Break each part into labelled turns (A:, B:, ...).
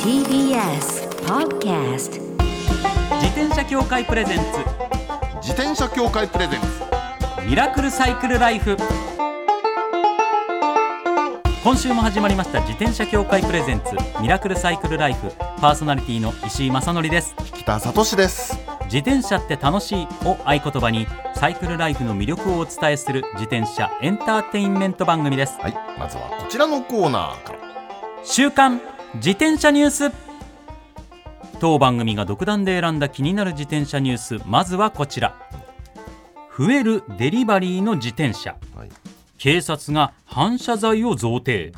A: TBS Podcast
B: 自転車協会プレゼンツ
C: 自転車協会プレゼンツ
B: ミラクルサイクルライフ今週も始まりました自転車協会プレゼンツミラクルサイクルライフパーソナリティの石井正則です
C: 北里志です
B: 自転車って楽しいを合言葉にサイクルライフの魅力をお伝えする自転車エンターテインメント番組です
C: はいまずはこちらのコーナーから
B: 週刊自転車ニュース当番組が独断で選んだ気になる自転車ニュースまずはこちら増えるデリバリーの自転車
C: はい
B: 警察が反射材を贈呈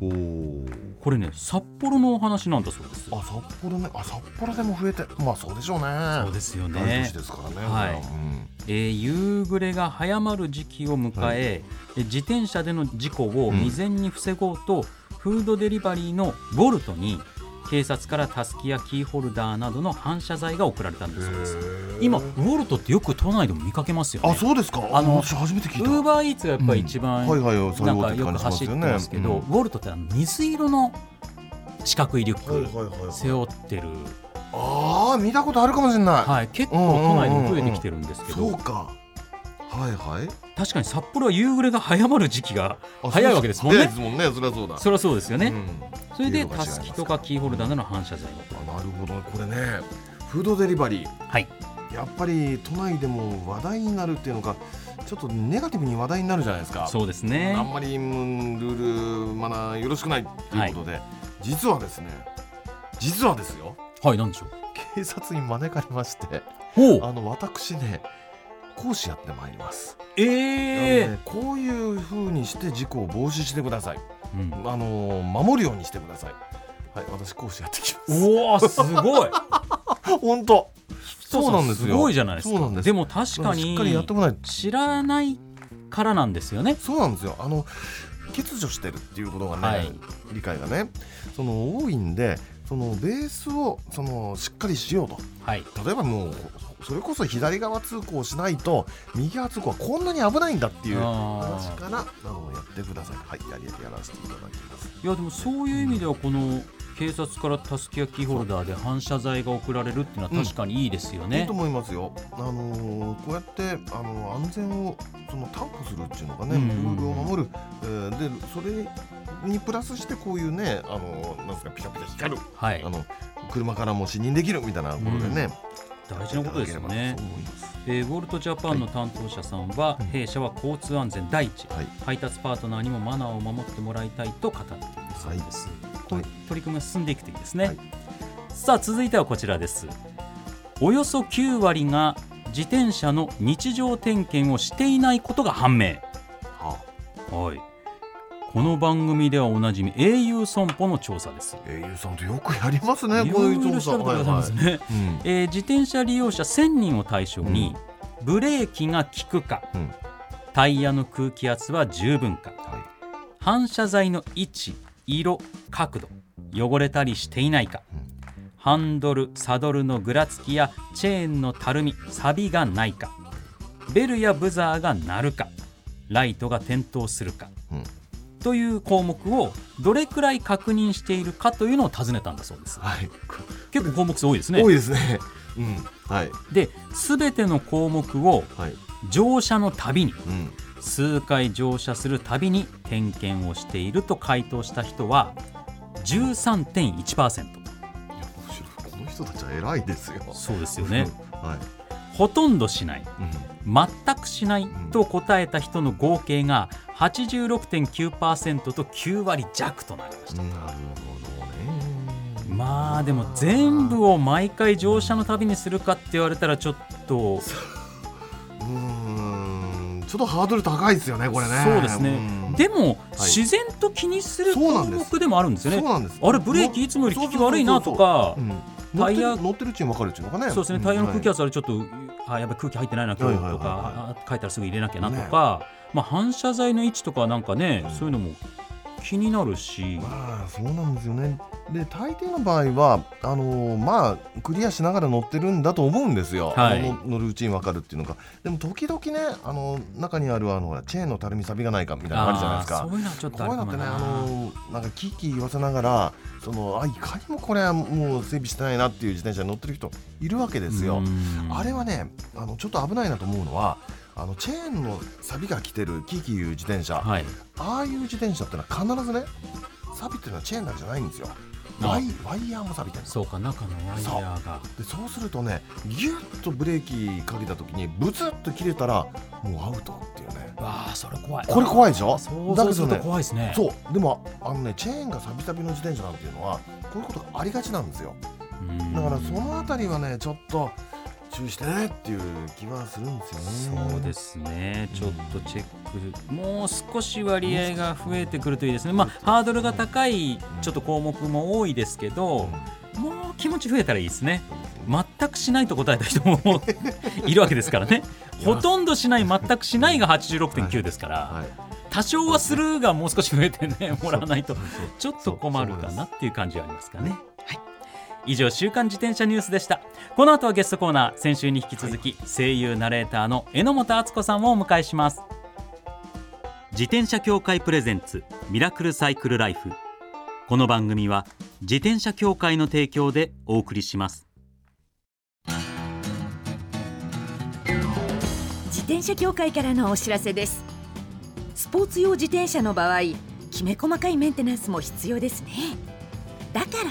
C: おー
B: これね札幌のお話なんだそうです
C: あ札幌ねあ札幌でも増えてまあそうでしょうねそう
B: ですよね
C: 大都市ですからね
B: はい
C: これうん
B: えー夕暮れが早まる時期を迎え、え自転車での事故を未然に防ごうと、フードデリバリーのボルトに警察からタスキやキーホルダーなどの反射材が送られたんだそうです今ボルトってよく都内でも見かけますよね
C: あそうですか
B: あ
C: あ
B: の
C: の私初めて聞い
B: ウ
C: た
B: ーバーイーツがやっぱり一番、
C: はいはいはいそうい
B: な
C: うんこ
B: か
C: とって
B: よ
C: 感
B: く
C: じしま
B: 走
C: す
B: って
C: よね
B: ますけど、
C: うん
B: ボルトってあの水色の四角いリュック、
C: はいはいはいはい
B: 背負ってる、
C: あー見たことあるかもしれない、
B: はい、結構都内でも増えてきてるんですけど、
C: そうかはいはい
B: 確かに札幌は夕暮れが早まる時期が
C: あ
B: 早いわけですもん
C: 早い
B: ね
C: で。すもんねそれはそうだ
B: それはそうですよね、
C: うん
B: それで
C: 色
B: タ
C: が違います
B: スキとかキーホルダーなどの反射材
C: あなるほどねこれねフードデリバリー
B: はい
C: やっぱり都内でも話題になるっていうのがちょっとネガティブに話題になるじゃないですか
B: そうですね
C: あんまりうんルールマナーよろしくないっていうことで、実はですね実はですよ
B: はいなんでしょう
C: 警察に招かれまして
B: ほう
C: あの私ね講師やってまいります、
B: ええ
C: あのねこういうふうにして事故を防止してください
B: うん
C: あの守るようにしてくださいはい私講師やってきます
B: うわすごい
C: 本当 そうなんですよ
B: すごいじゃないですか
C: そうなんです
B: も確か
C: し
B: に
C: っかりやってもない
B: 知らないからなんですよね
C: そうなんですよあの欠如してるっていうことがね、
B: はい
C: 理解がねその多いんでそのベースをそのしっかりしようと
B: はい
C: 例えばもうそれこそ左側通行しないと右側通行はこんなに危ないんだっていう
B: あ
C: 話
B: ー
C: からあのやってくださいはいやりやらせていただきます
B: いやでもそういう意味ではこの警察からタスキやキーホルダーで反射材が送られるっていうのは確かにいいですよ
C: いい
B: ね
C: と、思いますよあのーこうやってあの安全をその担保するっていうのがね
B: うん
C: ル
B: うんうん
C: ールを守る、えーでそれにプラスしてこういうねあのーなんですかピカピカ光る
B: はい
C: あの車からも視認できるみたいなことでね、
B: 大事なことですよね
C: いただければと思います
B: えー、ウォルトジャパンの担当者さんは、
C: い
B: 弊社は交通安全第一、
C: はい
B: 配達パートナーにもマナーを守ってもらいたいと語っているそうです、こういう取り組みが進んでいくといいですね、
C: はい
B: さあ続いてはこちらですおよそ9割が自転車の日常点検をしていないことが判明
C: は
B: はいこの番組ではおなじみ au 損保の調査です
C: あ、英雄さんとよくやりますね
B: い
C: こう
B: ろ
C: い
B: いうろ調
C: 調査
B: べてくださいますね、
C: いうん
B: えー自転車利用者1000人を対象に、ブレーキが効くか、
C: うん
B: タイヤの空気圧は十分か
C: はい
B: 反射材の位置色角度汚れたりしていないか、
C: うん
B: ハンドルサドルのぐらつきやチェーンのたるみ錆がないかベルやブザーが鳴るかライトが点灯するか、
C: うん
B: という項目をどれくらい確認しているかというのを尋ねたんだそうです
C: はい
B: 結構項目数多いですね
C: 多いですねうんはい
B: で全ての項目を
C: はい
B: 乗車のたびに
C: うん
B: 数回乗車するたびに点検をしていると回答した人は13.1%
C: いやむしろこの人たちは偉いですよ
B: そうですよね
C: はい
B: ほとんどしない
C: うん
B: 全くしないと答えた人の合計が86.9%と9割弱となりました
C: なるほどね
B: まあでも全部を毎回乗車のたびにするかって言われたらちょっと
C: うーんちょっとハードル高いですよねこれね
B: そうですね、
C: ん
B: でも、
C: い
B: 自然と気にする
C: そうな
B: 項
C: んです
B: 目でもあるんですよね
C: そうなんです
B: あれブレーキいつもより効き悪いなとか
C: そうそうそうそううん
B: タイヤ
C: 乗ってる乗ってるうちに分かるっていうのかね
B: そうですねタイヤの空気
C: は
B: 圧あれちょっと、あやっぱり空気入ってないな今日
C: はいは
B: と
C: いはいは
B: かあ書いたらすぐ入れなきゃなとか、まあ、反射材の位置とかなんかね、そういうのも気になるし、
C: まあそうなんですよねで大抵の場合はあのーまあクリアしながら乗ってるんだと思うんですよ、
B: はい
C: あの乗るうちに分かるっていうのがでも時々ねあのー中にあるあのほらチェーンのたるみ錆びがないかみたいなのあるじゃないです
B: あー
C: か
B: そういうのはちょっと
C: こ
B: あ
C: うい
B: るか
C: うのっ
B: も
C: てね
B: な。
C: あのーなんかキーキー言わせながらそのあいかにもこれはもう整備してないなっていう自転車に乗ってる人いるわけです
B: う
C: よ、
B: ん
C: あれはねあのちょっと危ないなと思うのはあのチェーンの錆びが来てるキーキーいう自転車、
B: はい。
C: ああいう自転車ってのは必ずね錆びっていうのはチェーンだけじゃないんですよワイワイヤーも錆びてるんです
B: そうか中のワイヤーが。
C: でそうするとねギュッとブレーキかけた時にブツッと切れたらもうアウトっていうね
B: わあそれ怖い。
C: これ怖いでしょ
B: 想
C: だ
B: 像
C: け
B: す
C: ど
B: ると
C: ね
B: 怖いですね。
C: そうでもあのねチェーンが錆び錆びの自転車なんていうのはこういうことがありがちなんですよ
B: うん
C: だからそのあたりはねちょっと注意してねっていう気はするんですよね
B: そうですね、ちょっとチェック、もう少し割合が増えてくるといいですね、まあ、ハードルが高いちょっと項目も多いですけど、もう気持ち増えたらいいですね、全くしないと答えた人もいるわけですからね、ほとんどしない、全くしないが86.9ですから、
C: はい
B: 多少はするがもう少し増えて、ね、もらわないと、ちょっと困る
C: そ
B: か
C: うそう
B: な
C: な
B: っていう感じはありますかね。はい以上週刊自転車ニュースでしたこの後はゲストコーナー先週に引き続き、声優ナレーターの榎本敦子さんをお迎えします自転車協会プレゼンツミラクルサイクルライフこの番組は自転車協会の提供でお送りします
A: 自転車協会からのお知らせですスポーツ用自転車の場合きめ細かいメンテナンスも必要ですねだから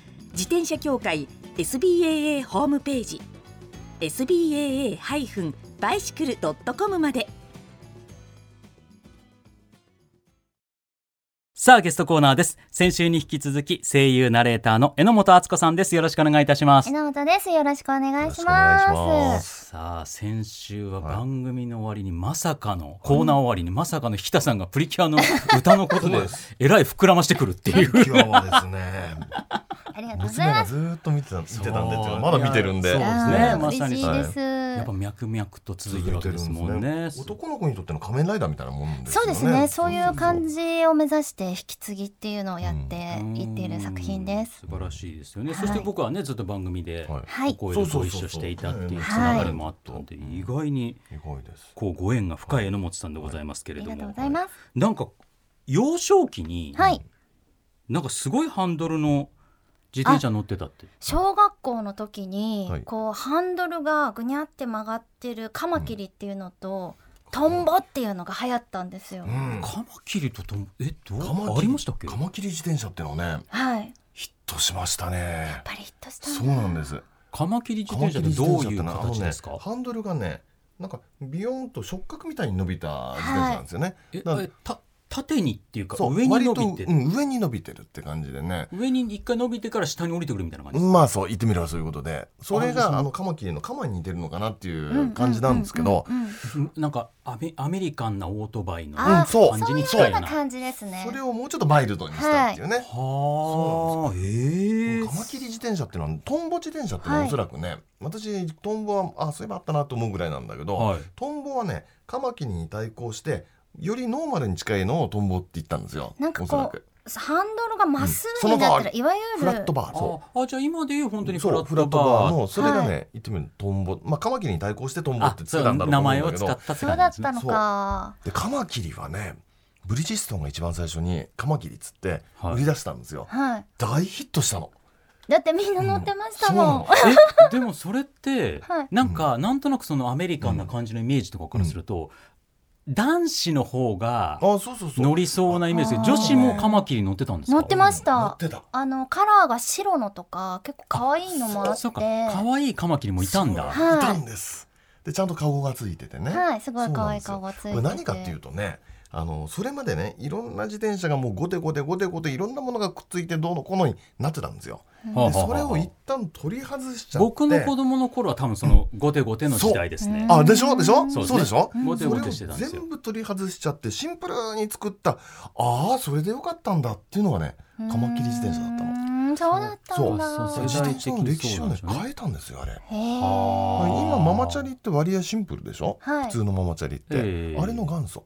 A: 自転車協会 SBAA ホームページ SBAA-bicycle.com まで
B: さあゲストコーナーです先週に引き続き声優ナレーターの榎本敦子さんですよろしくお願いいたします
D: 榎本です。よろしくお願いします。
C: よろしくお願いします
B: さあ先週は番組の終わりにまさかの、コーナー終わりにまさかの日田さんがプリキュアの歌のことでえらい膨らましてくるっていう。
C: 今日はですね
D: ありがとうござ
C: 娘
D: いま
C: が
D: す。
C: ずーっと見てた見てたんでっていう
B: そう
C: かまだ見てるんで
B: いやそうですね
D: あー
B: まさに
D: 嬉しいです。
B: やっぱ脈々と続いてるわけですもんね。
C: 男の子にとっての仮面ライダーみたいなもんです
D: そ
C: よ
D: う
C: ね
D: ですね。そういう感じを目指して引き継ぎっていうのをやっていっている作品です。
B: 素晴らしいですよね。
D: はい
B: そして僕はねずっと番組で
C: はい
D: はい。
B: お声でご一緒していたっていうつながりもあったんで意外に
C: すごいです
B: こうご縁が深い榎本さんでございますけ
D: あ
B: れ
D: り
B: ど
D: がとう
B: も
D: ございます。
B: なんか幼少期に
D: はい。
B: なんかすごいハンドルの自転車乗ってたって。
D: 小学校の時に、
C: はい
D: こうハンドルがぐにゃって曲がってるカマキリっていうのと、トンボっていうのが流行ったんですよ。
C: うん
B: カマキリとともえど
C: カマキ
B: う
C: リ
B: ありましたっけ
C: カ？マキリ自転車っていうのはね
D: はい。やっ
C: ヒットしましたね
D: ぱりヒットしたんだ
C: そうなんです
B: カマキリ自
C: カマ
B: 転車
C: キ
B: って
C: リ自
B: どう
C: 転
B: い
C: 車
B: う
C: のはあの
B: 形
C: ね
B: ですか？
C: ハンドルがねなんかビヨーンと触角みたいに伸びた自転車なんですよね、
B: え
C: なん
B: えた縦にっていうか
C: そう
B: 上に伸び
C: 割
B: て
C: と、うん、上に伸びてるって感じでね
B: 上に一回伸びてから下に降りてくるみたいな感じですか
C: まあそう言ってみればそういうことでそれ
B: あそう
C: があのカマキリのカマに似てるのかなっていう感じなんですけど、
D: うんうんうんうん
B: なんかアメアメリカンなオートバイの
D: あー
C: うんそう
B: 感じに
D: そうい
B: 近
D: うよ
B: いうな。
D: な感じですね。
C: それをもうちょっとマイルドにしたっていうね、
B: はあ、ええ
C: カマキリ自転車っていうのはトンボ自転車っていうのは
D: はい
C: おそらくね、私トンボはあそういえばあったなと思うぐらいなんだけど、
B: はい
C: トンボはねカマキリに対抗してよりノーマルに近いのをトンボって言ったんですよ
D: なんか
C: おそら
D: こ
C: く
D: うハンドルがまっすぐになってる、
C: うん
D: いわゆ
C: フラッ
D: る
C: トバーそ
B: ああじゃあ今でいう本当
C: う
B: に
C: そ
B: フ
C: う
B: ラ
C: フ
B: ッ
C: ラ
B: ト
C: ットバー
B: バー
C: のそれがね、
D: は
C: 言ってみるとトンボまあカマキリに対抗してトンボっ
B: あ
C: てつけ
B: そう
C: たんだろうと
B: 名
C: 思
B: 前
C: うんだ
B: を
C: け
B: 使
C: ど
B: ったって
D: そう
B: 感
D: だっ
B: じです
D: た
B: ね。
D: のか。
C: でカマキリはねブリヂストンが一番最初にカマキリっつって
B: はい
C: 売り出したんですよ、
D: はい
C: 大ヒットしたの
D: だってみんな乗ってました
C: そうな
D: もん
C: の
B: えでもそれって、
D: はい
B: なんかなんとなくそのアメリカンな感じのイメージとかからすると、男子の方が
C: あそうそうそう
B: 乗りそうなイメージで
D: あー
B: 女子もカマキリ乗ってたんですか
D: 乗ってまし
C: 乗
D: た
C: ってた
D: あのカラーが白のとか結構可愛いのもあって
B: そうか可愛いカマキリもいたんだ
D: はい
C: いたんですでちゃんと顔がついててね
D: はいすごい可愛い
C: そう
D: 顔
C: な
D: が
C: ん
D: つい
C: で
D: て
C: す
D: て
C: よこれ何かっていうとねあのそれまでねいろんな自転車がもうゴテゴテゴテゴテいろんなものがくっついてどうのこうのになってたんですよ
B: はあ
C: で
B: はあはあ
C: それを一旦取り外しちゃって
B: 僕の子供の頃は多分そのゴテゴテの時代ですね
D: そう
C: あでしょでしょ
B: そうで
C: そう
B: すね
C: でしょ
B: ゴテ
C: そ
B: ゴ
C: れを
B: テしてたんですよ
C: 全部取り外しちゃってシンプルに作ったああそれでよかったんだっていうのがねカマキリ自転車だったの
D: のそうだったんだ
B: そうそう
C: 自
B: 世代
C: 転
B: 的に
C: 車の歴史をね
B: そうなんですよね
C: 変えたんですよあれ
D: へえ
B: はあ
C: 今ママチャリって割合シンプルでしょ、
D: はい
C: 普通のママチャリって、
B: ええ
C: あれの元祖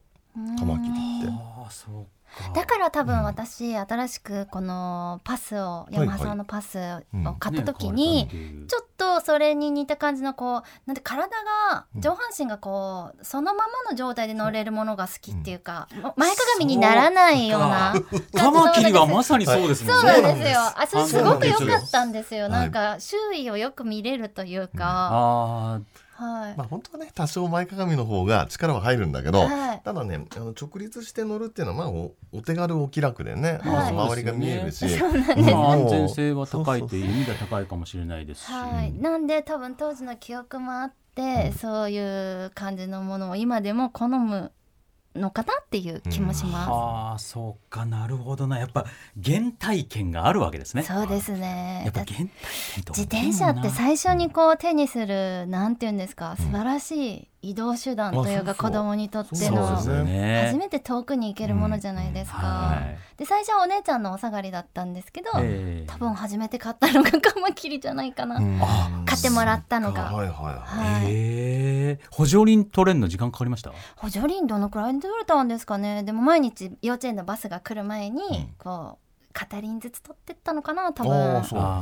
C: カマキリって
B: ああそうか
D: だから多分私、新しくこのパスを
C: い
D: ヤマハさんのパスを買った時に、
B: ね変われたっていう
D: ちょっとそれに似た感じのこうなんて体が上半身がこうそのままの状態で乗れるものが好きっていうか、もう前かがみにならないような
B: カマキリはまさにそうですも
D: そ
B: ん
D: う
B: ね。
D: なんですよあそれすごく良
C: そうなん
D: かっ
C: です
D: たんですよ
C: はい
D: なんか周囲をよく見れるというか、
B: あ
D: はい、
C: まあ本当はね多少前かがみの方が力は入るんだけど、
D: はい
C: ただねあの直立して乗るっていうのはまあおお手軽お気楽でね、
D: はい
C: まあ周りが見えるし、
B: あ、まあ安全性は高いっていう意味では高いかもしれないですし。
D: はい、なんで多分当時の記憶もあって、そういう感じのものを今でも好むのかなっていう気もしま
B: ああ、そうか、なるほどな、やっぱ原体験があるわけですね。
D: す。そうです
B: や
D: ね
B: っ。ぱ
D: だ
B: 原体験と
D: 自転車って
B: さ
D: 最初にこう手にするなんていうんですか素晴らしい移動手段とい
C: あ
D: うか
C: そうそう
D: 子供にとって
B: そうで
D: の
B: すよ
D: 初
B: ね。
D: めて遠くに行けるものじゃないですか
B: は。い。
D: で最初はお姉ちゃんのお下がりだったんですけど
B: ええ
D: 多分初めて買ったのがカマキリじゃないかな。
C: あ
D: 買ってもらったのが。
C: はいはいは
D: はい
B: ええ補助輪取れるの時間かかりました。
D: 補助輪どのくらいで取れたんですかねでも毎日幼稚園のバスが来る前に、こう片輪ずつ取ってったのかな多分
C: あーそう
D: は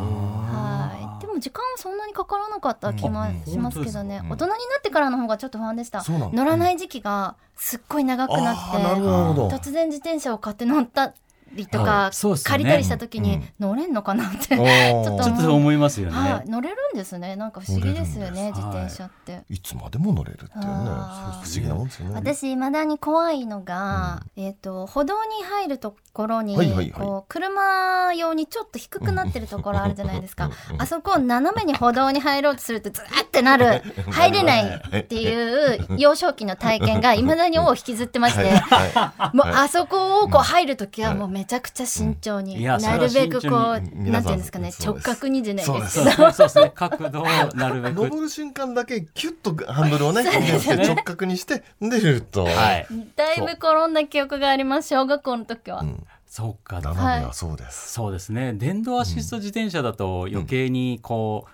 B: あ
D: い
B: ー
D: でも時間はそんなにかからなかった気も
C: うん
D: しますけどね、
C: うん
D: 大人になってからの方がちょっと不安でし
C: い
D: た
C: そうなの
D: 乗らない時期がすっごい長くな
C: あ
D: っ
C: ーなる
D: て、
C: ほど
D: 突然自転車を買って乗ったりとか、
B: あそうですよね
D: 借りたりした時に、
C: うん
D: 乗れんのかなって、
C: ち
D: ょっ
B: ち
D: と
B: ょっと思いますよね。
D: はい、乗れるんですねなんか不思議です
B: 乗れ
D: よね
B: るんです
D: 自転車って。
C: いつまでも乗れるっていうね不
D: あー
C: 思議なもんですよね
D: 私未だに怖いのが、えっ、と歩道に入るところに、
C: はいはいはい
D: こう車用にちょっと低くなってるところあるじゃないですか
C: うん
D: あそこを斜めに歩道に入ろうとするとずーって なる入れないっていう幼少期の体験が未だに尾を引きずってまして、
C: はいは
D: もうあそこをこう入るときはもうめちゃくちゃ慎重に、
B: うんいや
D: なるべくこう
B: それは
D: な
B: 慎
C: 重に
D: んていうんですか
C: 皆
D: ね
C: さん
D: 直角にじゃない
C: そう
D: で
C: ですす
B: そうですねそうですね。角度をなるべ
C: い
B: く。
C: 登る瞬間だけキュッとハンドルをね表現して直角にしてでると
B: はい。
D: だいぶ転んだ記憶があります小学校の時は、
C: うん
B: そうか。
C: 斜めはそうです
B: そうですね電動アシスト自転車だと余計にこう、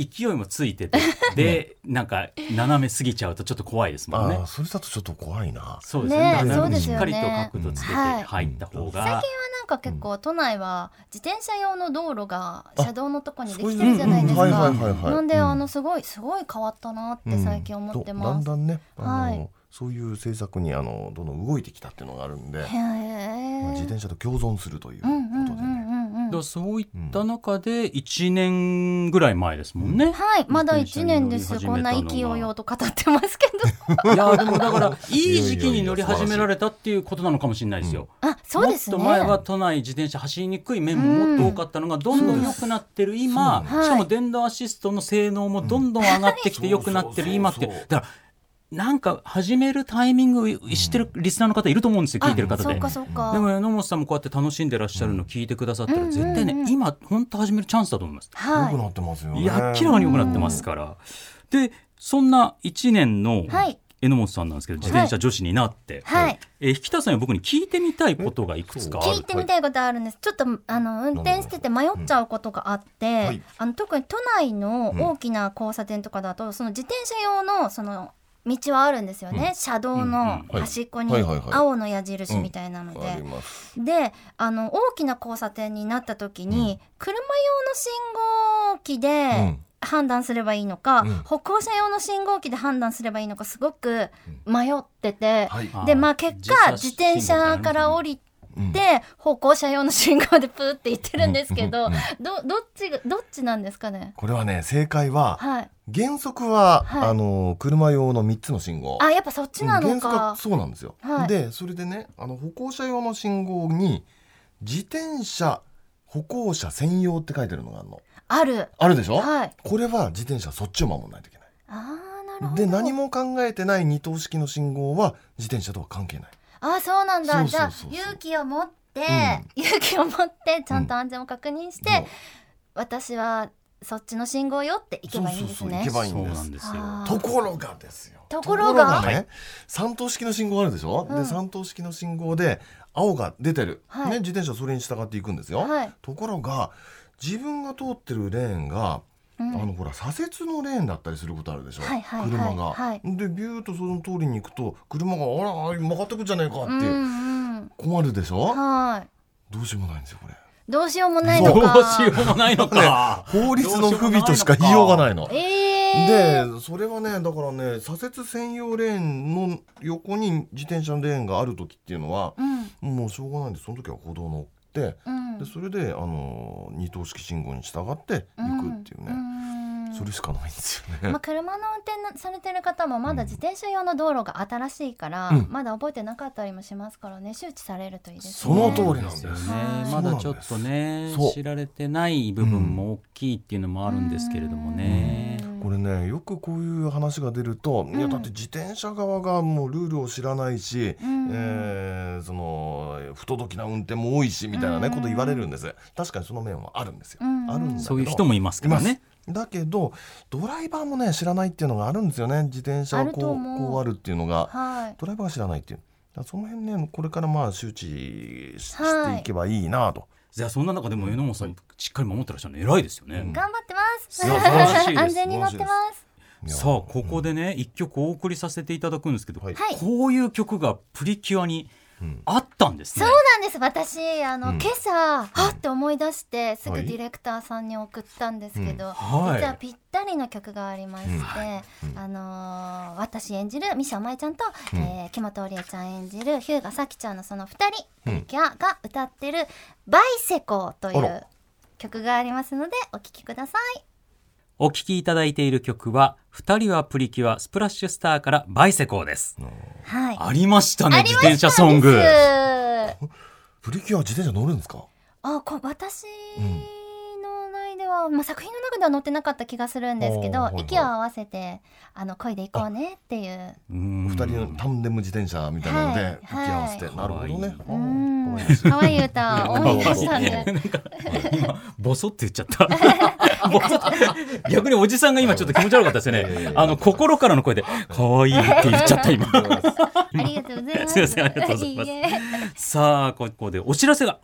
B: 勢いもついて て、でなんか斜め過ぎちゃうとちょっと怖いですもん
C: あ
B: ね
C: あ。それだとちょっと怖いな
B: そうですね
D: ね
B: だから
C: そうです
B: しっ
C: よ
B: か
D: ね
B: りと角度つけて
D: はい
B: 入った方が、
D: なんか結構都内は自転車用の道路が車道のとこにできて
C: う
D: る
C: ん
D: じゃないです
C: はいはい
D: か。
C: はいはい
D: なんであのすごいすごい変わったなって最近思ってます。
C: そうだんだんねあの、
D: はい
C: そういう政策にあのどんどん動いてきたっていうのがあるんで、
D: へえ。
C: まあ自転車と共存するというこ
D: うんうんう
C: とで
D: ん
C: ね。
D: うんう
B: だ
D: ん
B: からそういった中で1年ぐらい前ですもんね。
D: はいまだ一年ですよ
B: 自
D: こん
B: 転
D: な
B: 車に
D: 意
B: 乗り始めたのが
D: 気揚々と語ってますけど
B: いやでもだ からいい時期に乗り始められたっていうことなのかもしれないですよ。
D: あそうですね
B: もっと前は都内自転車走りにくい面ももっと多かったのがどんどん良くなってる今、
D: そうです
B: しか
D: はい
B: も電動アシストの性能もどんどん上がってきて良くなってる今って
C: そうそうそう
B: だからなんか始めるタイミングしてるリスナーの方いると思うんですよ聞いてる方
D: そ
B: で
D: う。かそう
B: で
D: か
B: も榎本さんもこうやって楽しんでらっしゃるの聞いてくださったら絶対
D: うんうん
B: ね
D: うん
B: 今本当始めるチャンスだと思います。
C: 良
D: は
C: く
D: い
C: なってますよね。
B: いや明らかに良くなってますから。でそんな1年の
D: はい
B: 榎本さんなんですけど自転車女子になって、
D: はい
B: えー引田さんに僕に聞いてみたいことがいくつかある
D: 聞いてみたいことあるんですちょっとあの運転してて迷っちゃうことがあって、
C: はい
D: あの特に都内の大きな交差点とかだと、その自転車用のその道はあるんですよね、車道の
C: うん
D: 端っこに
C: はいはいはいはい
D: 青の矢印みたいなので、
C: あります。
D: であの大きな交差点になった時に、車用の信号機で、
C: うん
D: は判断すればいいのか、
C: うん
D: 歩行者用の信号機で判断すればいいのかすごく迷ってて、
C: はい
B: あー
D: でまあ結果自
B: 自
D: 転
B: 殺信号
D: 車から降りて。
C: うん
D: 歩行者用の信号でプーって言ってるんですけど、
C: うんうん
D: どどっちがどっちなんですかね。
C: これはね正解は
D: はい。
C: 原則は、
D: はい
C: あの車用の3つの信号
D: あやっぱそっちな
C: うん
D: の
C: 原則は
D: か。
C: そうなんですよ、
D: はい
C: でそれでねあの歩行者用の信号に自転車歩行者専用って書いてるのがあるの
D: ある。
C: あるでしょ、
D: はい。
C: これは自転車そっちを守らないといけない
D: ああなるほど。
C: で何も考えてない二等式の信号は自転車とは関係ない
D: あーそうなんだ
C: そうそう
D: じゃあ
C: そうそう
D: 勇気を持って、
C: う
D: 勇気を持ってちゃんと安全を確認して、
C: もう
D: 私はそっちの信号よって行けばいいんです
C: そ
D: ね。
C: うそうそう行けばいい
B: そうん
C: で
B: な
C: す
B: んですよ。
D: あー
C: ところがですよ
D: ところが
C: とね、三等式の信号あるでしょ、
D: うん
C: で三等式の信号で青が出てる、
D: はい
C: ね、自転車それに従っていくんですよ、
D: はい。
C: ところが自分が通ってるレーンが、
D: う
C: あ
D: ん、
C: のほら左折のレーンだったりすることあるでしょ、
D: はいはいはい
C: 車が、
D: はい
C: でビューッとその通りに行くと車があら曲がってくんじゃねえかって
D: う
C: いう、
D: んうん。
C: 困るでしょ
D: はい。
C: どうしようもないんですよこれ
D: どうしようもない
B: ど
D: の
B: う
D: か。
B: しようもないのか。
C: 法律の不備としか言いようがないの
D: ええ
C: でそれはねだからね左折専用レーンの横に自転車のレーンがある時っていうのは
D: うん
C: もうしょうがないんでその時は歩道乗って
D: うん。
C: でそれであの二等式信号に従って行くっていうね、
D: んうん
C: それしかないんですよね。
D: まあ、車の運転なされてる方もまだ自転車用の道路が新しいから、
C: うん
D: まだ覚えてなかったりもしますからね周知されるといいです
C: そ
D: ね。
C: の通りなんです
B: よね
D: はい。
B: まだちょっとね
C: そう
B: 知られてない部分も大きいっていうのもあるんですけれどもね。
D: うん
C: これねよくこういう話が出ると、いや
D: うん
C: だって自転車側がもうルールを知らないし、
D: うん
C: えーその不届きな運転も多いしみたいなね、
D: うん
C: こと言われるんです確かにその面はあるんですよ、
D: うん
C: あるんだけど
B: そういう人もいますから
C: います
B: ね。
C: だけどドライバーもね知らないっていうのがあるんですよね自転車
D: あ
C: は
D: る
C: ことう
D: 思う
C: こうあるっていうのが
D: はい。
C: ドライバーが知らないっていうだからその辺ねこれからまあ周知し,、
D: はい
C: ていけばいいなと
B: じゃあそんな中でも榎本さんしっかり守ってらっしゃるの偉いですよね。
C: うん
D: 頑張ってます。
B: いや素晴らしいです
D: 安全に乗ってます。
C: いや
B: さあここでね一曲お送りさせていただくんですけど、
C: はい
D: はい
B: こういう曲がプリキュアに
C: うん
B: あったんですね。
D: そうなんです。私あの、
C: うん
D: 今朝はっって思い出してすぐ
C: は
D: デ
C: い
D: ィレクターさんに送ったんですけど、
B: はい
D: 実はぴったりの曲がありまして、
C: うん
D: あのー私演じるミシャマイちゃんと、えー木本織江ちゃん演じる日向咲ちゃんのその2人、プリキュアが歌ってる「バイセコ」とい
C: あ
D: う
C: ら
D: 曲がありますのでお聴きください。
B: お聴きいただいている曲は「二人はプリキュアスプラッシュスター」から「バイセコー」です。
D: はい。
B: ありましたね
D: あり
B: 自
D: ました
B: 転車ソング。
D: です
C: プリキュア自転車乗るんですか
D: あこ私の内では、まあ、作品の中では載ってなかった気がするんですけど、
C: あーはいはい
D: 息を合わせてあの恋で行こうねっていう
B: うん
C: 二人のタンデム自転車みたいなので引き合わせて、
B: はい
C: なるほどね。
D: う
C: あー
D: ん
C: 可愛いですね
D: 可愛い歌を思い出し たん
B: なん
D: で
B: か今ボソって言っちゃった。 ボソって逆におじさんが今ちょっと気持ち悪かったですよね。あの心からの声で可愛いって言っちゃった今。
D: ありがとうございます。
B: すいませんありがとうございます
D: ええ
B: さあここでお知らせが。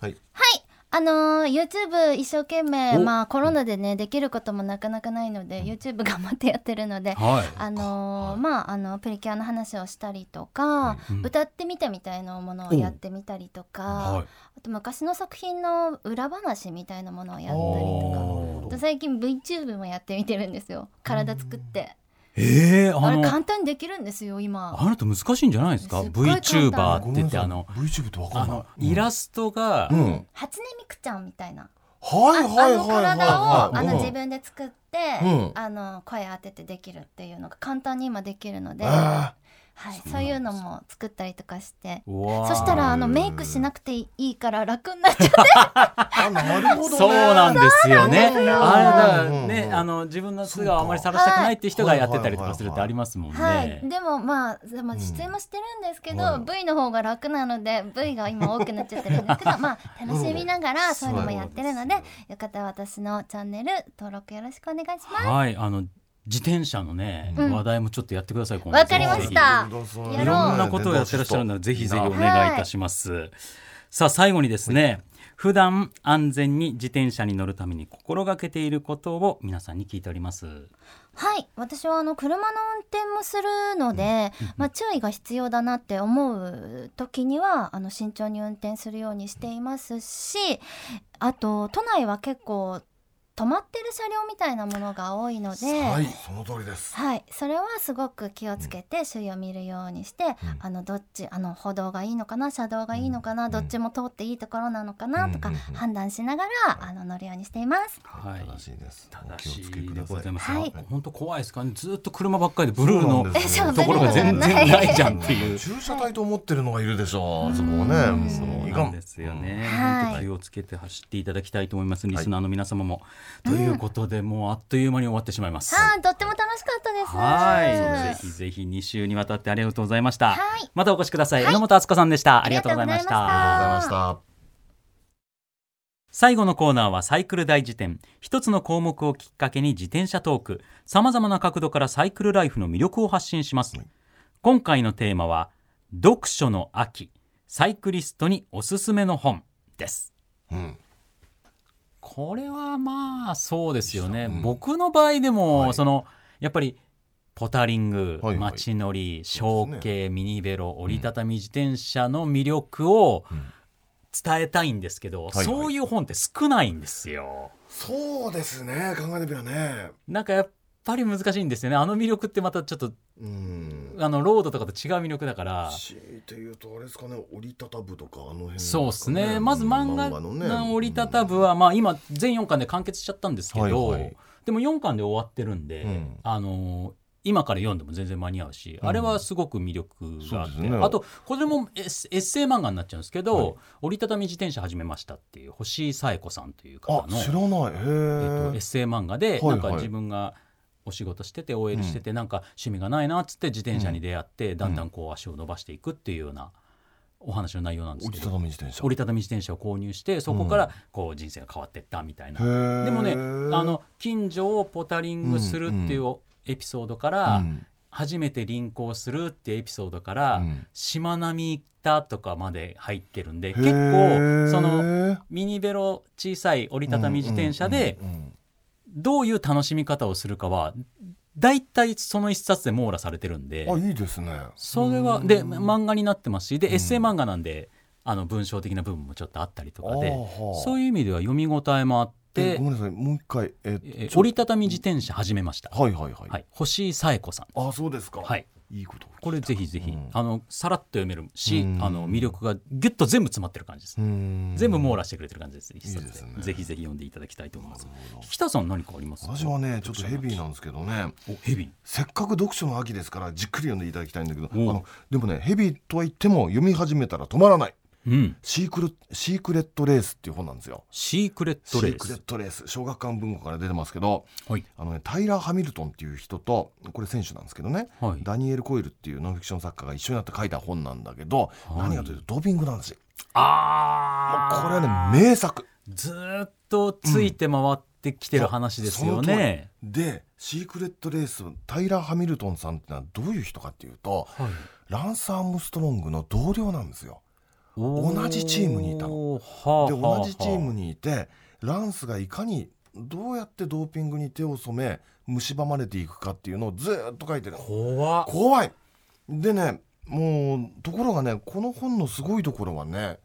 D: あのー YouTube 一生懸命、
B: お
D: まあ、コロナでねできることもなかなかないので YouTube 頑張ってやってるので。
B: はい。
D: あのーまああのプリキュアの話をしたりとか、
B: うん
D: 歌ってみてみたいなものをやってみたりとか、
B: はい。
D: あと昔の作品の裏話みたいなものをやったりと
B: お
D: かあ
B: ー
D: と最近 VTube もやってみてるんですよ体作って
B: ええ
D: あ
B: あ
D: れ
B: の
D: 簡単にできるんですよ今
B: あなた難しいんじゃないですか。
D: すっごい簡単
B: VTuber って言ってあの
C: VTube ってわか
B: あ
C: んない
B: の。イラストが
C: うん。はい
D: 初音ミクちゃんみたいな
C: はい
D: あ
C: はいはい
D: あの
C: はい。
D: 体をあ
C: うん
D: の自。分で作って、
C: うん
D: あの声当ててできるっていうのが簡単に今できるので、は
C: あ
D: い、そういうのも作ったりとかして
B: そ
D: そしたらあのメイクしなくていいから楽になっちゃって
C: ーあなるほどね。
B: そうなんですよね。あ
D: そ
B: れ
C: なんです
D: う
C: よ
B: だから
C: うんう
B: ね、
C: ん
B: あの自分の素顔をあまり晒したくないっていう人がやってたりとかするってありますもん
D: はい、
B: ね。
D: でもまあでも出演もしてるんですけど、
C: うん
D: V の方が楽なので V が今多くなっちゃってるん ですけどまあ楽しみながらそういうのもやってるので
B: そう
D: よかったら私のチャンネル登録よろしくお願いします。
B: はい、あの自転車のね、
D: うん
B: 話題もちょっとやってください。今度
D: わかりました
C: なるほど
D: や
C: ね
D: ろう
B: いろんなことをやってらっしゃるので、ぜひぜひお願いいたします。さあ、最後にですね、普段安全に自転車に乗るために心がけていることを皆さんに聞いております。
D: はい私はあの車の運転もするので、まあ、注意が必要だなって思う時にはあの慎重に運転するようにしていますしあと都内は結構止まってる車両みたいなものが多いので、
C: はいその通りです
D: はい、それはすごく気をつけて周囲を見るようにして、あのどっちあの歩道がいいのかな車道がいいのかな、どっちも通っていいところなのかなとか判断しながら、あの乗るようにしています。
B: はい
C: 正しいですお気
B: 正
C: を
B: し
C: つけ
B: い
C: く
B: で
C: ださ
B: ございます。
D: はい
B: 本当怖いですからね。ずっと車ばっかりでブルーの
D: すよ
B: ところが全然ないじゃんっていう。
C: 駐車帯と思ってるのがいるでしょう、そこを
D: うん
C: ね
D: そ
B: そ
D: う
B: うな
C: いか
B: ん
C: ん
B: ですよね。
D: はい
B: 本当気をつけて走っていただきたいと思います。リスナーの皆様も。ということで、もうあっという間に終わってしまいます。
D: はい、とっても楽しかったです。
B: はい、ぜひぜひ2週にわたってありがとうございました。
D: はい
B: またお越しください。榎本敦子さんでした。あ
D: あ
B: りが
D: り
B: と
D: がと
B: う
D: う
B: ございま
D: ございま
B: し
D: した
B: た。
C: ありがとうございました
B: 最後のコーナーはサイクル大辞典。一つの項目をきっかけに自転車トーク。様々な角度からサイクルライフの魅力を発信します。今回のテーマは、読書の秋。サイクリストにおすすめの本です。
C: うん
B: これはまあそうですよね、僕の場合でも、
C: はい
B: そのやっぱりポタリング、
C: はいはい
B: 街乗り
C: そ
B: 小
C: うですね
B: 径、ミニベロ折りたたみ自転車の魅力を伝えたいんですけど、
C: はい
B: そういう本って少ないんですよ。
E: そうですね考えてみればね
B: なんかやっぱり難しいんですよねあの魅力ってまたちょっと
C: うん
B: あのロードとかと違う魅力だから。
C: 強いて言うとあれですかね折りたたぶとかあの辺ですか
B: そうですねまず漫画
C: のね
B: の折りたたぶは、まあ、今全4巻で完結しちゃったんですけど、
C: はいはい
B: でも4巻で終わってるんで、
C: うん
B: あのー今から読んでも全然間に合うし、あれはすごく魅力があっ
C: そう
B: て、
C: ですね
B: あとこれもエッエッセイ漫画になっちゃうんですけど、折りたたみ自転車始めましたっていう星井紗恵子さんという
C: あ
B: 方の
C: 知らな
B: えっとエ
C: いへえ
B: ッセイ漫画で、
C: いはい
B: なんか自分がお仕事してて OL してて、なんか趣味がないなっつって自転車に出会って、だんだんこう足を伸ばしていくっていうようなお話の内容なんです
C: 折
B: けど
C: りたたみ自転車
B: 折りたたみ自転車を購入してそこからこう人生が変わっていったみたいな、
C: へえ
B: でもねあの近所をポタリングするっていうエピソードから、
C: うん
B: 初めて輪行するっていうエピソードから、
C: うん
B: しまなみ行ったとかまで入ってるんで結構その
C: へえ
B: ミニベロ小さい折りたたみ自転車で
C: うんうんうん
B: どういう楽しみ方をするかは大体その一冊で網羅されてるんで。
C: あいいですね
B: それはで漫画になってますしで、エッセイ漫画なんであの文章的な部分もちょっとあったりとかで
C: あーはー
B: そういう意味では読み応えもあっ
C: え
B: て
C: ごめんなさいもう一回えっと
B: え
C: ちょ
B: 折りたたみ自転車始めました、
C: はいはいはい、
B: はい、星井紗恵子さん
C: あそうですか
B: はい
C: いいことを聞いた
B: これぜひぜひ、
C: うん
B: あのさらっと読めるし、
C: うん
B: あの魅力がギュッと全部詰まってる感じです、
C: うん
B: 全部網羅してくれてる感じです一冊で
C: いいですね
B: ぜひぜひ読んでいただきたいと思います
C: なるほど
B: 北さん何かあります
C: 私はねちょっとヘビーなんですけどね
B: おヘビー
C: せっかく読書の秋ですからじっくり読んでいただきたいんだけどあ
B: おう
C: のでもねヘビーとは言っても読み始めたら止まらない
B: うん
C: シークレシークレットレースっていう本なんですよ
B: シークレットレー
C: シークレッ
B: ス
C: トレース小学館文庫から出てますけど
B: はい
C: あの、ね、タイラー・ハミルトンっていう人とこれ選手なんですけどね、
B: はい
C: ダニエル・コイルっていうノンフィクション作家が一緒になって書いた本なんだけど、
B: はい
C: 何かというとドーピングなんですよ
B: あ
C: こ
B: あ
C: れはね名作
B: ずーっとついて回ってきてる話ですよね。
C: その通りでシークレットレースタイラー・ハミルトンさんってのはどういう人かっていうと、
B: はい
C: ランス・アームストロングの同僚なんですよ。
B: お
C: 同じチームにいた
B: の。
C: で同じチーム
B: に。
C: にいてランスがいかにどうやってドーピングに手を染め蝕まれていくかっていうのをずーっと書いてるの。
B: 怖っ
C: 怖いでねもうところがねこの本のすごいところはね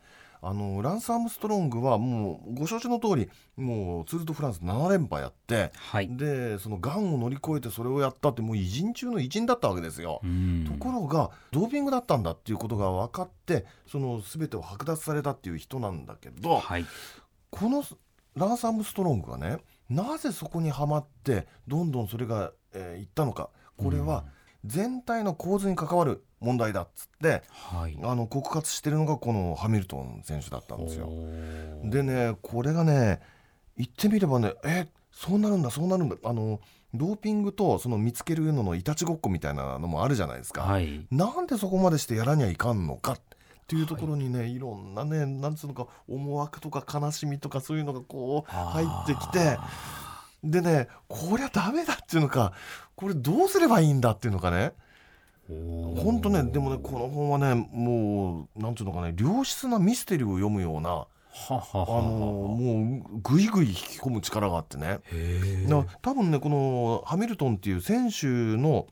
C: あのランス・アームストロングはもうご承知の通りもうツール・ド・フランス7連覇やって、
B: はい
C: でそのがんを乗り越えてそれをやったってもう偉人中の偉人だったわけですよ。
B: うん
C: ところがドーピングだったんだっていうことが分かってその全てを剥奪されたっていう人なんだけど、
B: はい。
C: このランサム・ストロングがねなぜそこにはまってどんどんそれが、えーいったのかこれは全体の構図に関わる問題だっつって、
B: はい。
C: あの告発してるのがこのハミルトン選手だったんですよ。
B: おー
C: でねこれがね言ってみればねえそうなるんだそうなるんだあのドーピングとその見つけるののいたちごっこみたいなのもあるじゃないですか。
B: はい。
C: なんでそこまでしてやらにゃいかんのかっていうところにね、い、ろんなねなんつうのか思惑とか悲しみとかそういうのがこう入ってきてでねこりゃダメだっていうのかこれどうすればいいんだっていうのかねほんとねでもねこの本はねもうなんつうのかね良質なミステリーを読むような
B: ははは
C: あのもうぐいぐい引き込む力があってね。
B: へー
C: な多分ねこのハミルトンっていう選手の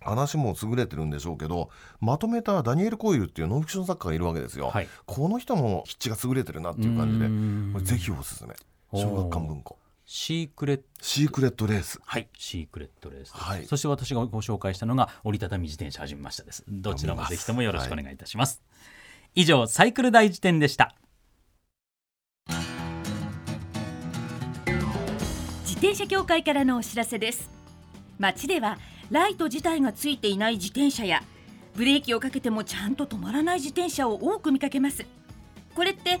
C: 話も優れてるんでしょうけどまとめたダニエル・コイルっていうノンフィクション作家がいるわけですよ、
B: はい。
C: この人も筆致が優れてるなっていう感じで
B: うん
C: これぜひおすすめ小学館文庫
B: シークレット
C: シークレットレース
B: はい、シークレットレースです、
C: はい
B: そして私がご紹介したのが折りたたみ自転車始めましたですどちらもぜひともよろしくお願いいたします、以上サイクル大辞典でした
A: 自転車協会からのお知らせです街ではライト自体がついていない自転車やブレーキをかけてもちゃんと止まらない自転車を多く見かけますこれって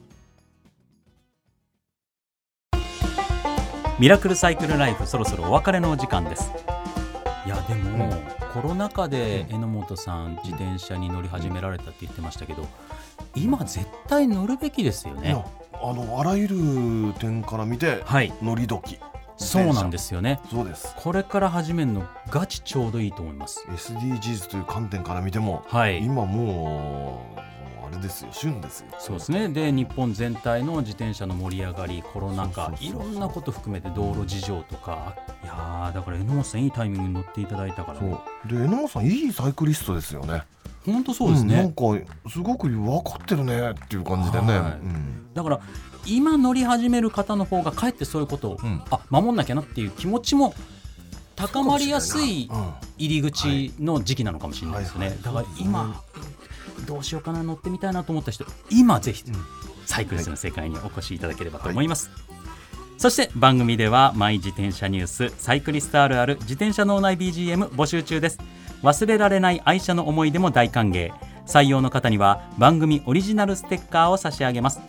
B: ミラクルサイクルライフそろそろお別れのお時間ですいやでも、
C: うん
B: コロナ禍で榎本さん自転車に乗り始められたって言ってましたけど今絶対乗るべきですよ
C: い
B: ね
C: やあのあらゆる点から見て
B: はい
C: 乗り時
B: そうなんですよね
C: そうです
B: これから始めるのガチちょうどいいと思います
C: SDGs という観点から見ても
B: はい
C: 今もうあれですよ旬ですよ
B: そうですねで日本全体の自転車の盛り上がりコロナ禍
C: そうそう
B: い
C: そうそ
B: ろ
C: うん
B: なこと含めて道路事情とかいやーだから榎本さんいいタイミングに乗っていただいたから
C: そう
B: ね
C: で榎本さんいいサイクリストですよね
B: 本当そうですね、
C: ん、なんかすごく分かってるねっていう感じでね、
B: はい
C: うん
B: だから今乗り始める方の方がかえってそういうことを、
C: うん
B: あ守んなきゃなっていう気持ちも高まりやすい
C: うん
B: 入り口の時期なのかもしれないですね、
C: はいはい
B: だから今どうしようかな乗ってみたいなと思った人今ぜひサイクルスの世界にお越しいただければと思います、そして番組ではマイ自転車ニュースサイクリストあるある自転車脳内 BGM 募集中です忘れられない愛車の思い出も大歓迎採用の方には番組オリジナルステッカーを差し上げます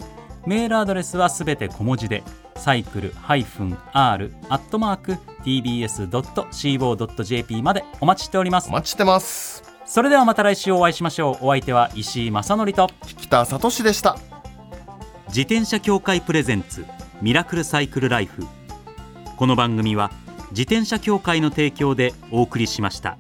B: メールアドレスはすべて小文字でサイクル -r-tbs.co.jp までお待ちしております
C: お待ちしてます
B: それではまた来週お会いしましょうお相手は石井正則と
C: 北里志でした
B: 自転車協会プレゼンツミラクルサイクルライフこの番組は自転車協会の提供でお送りしました。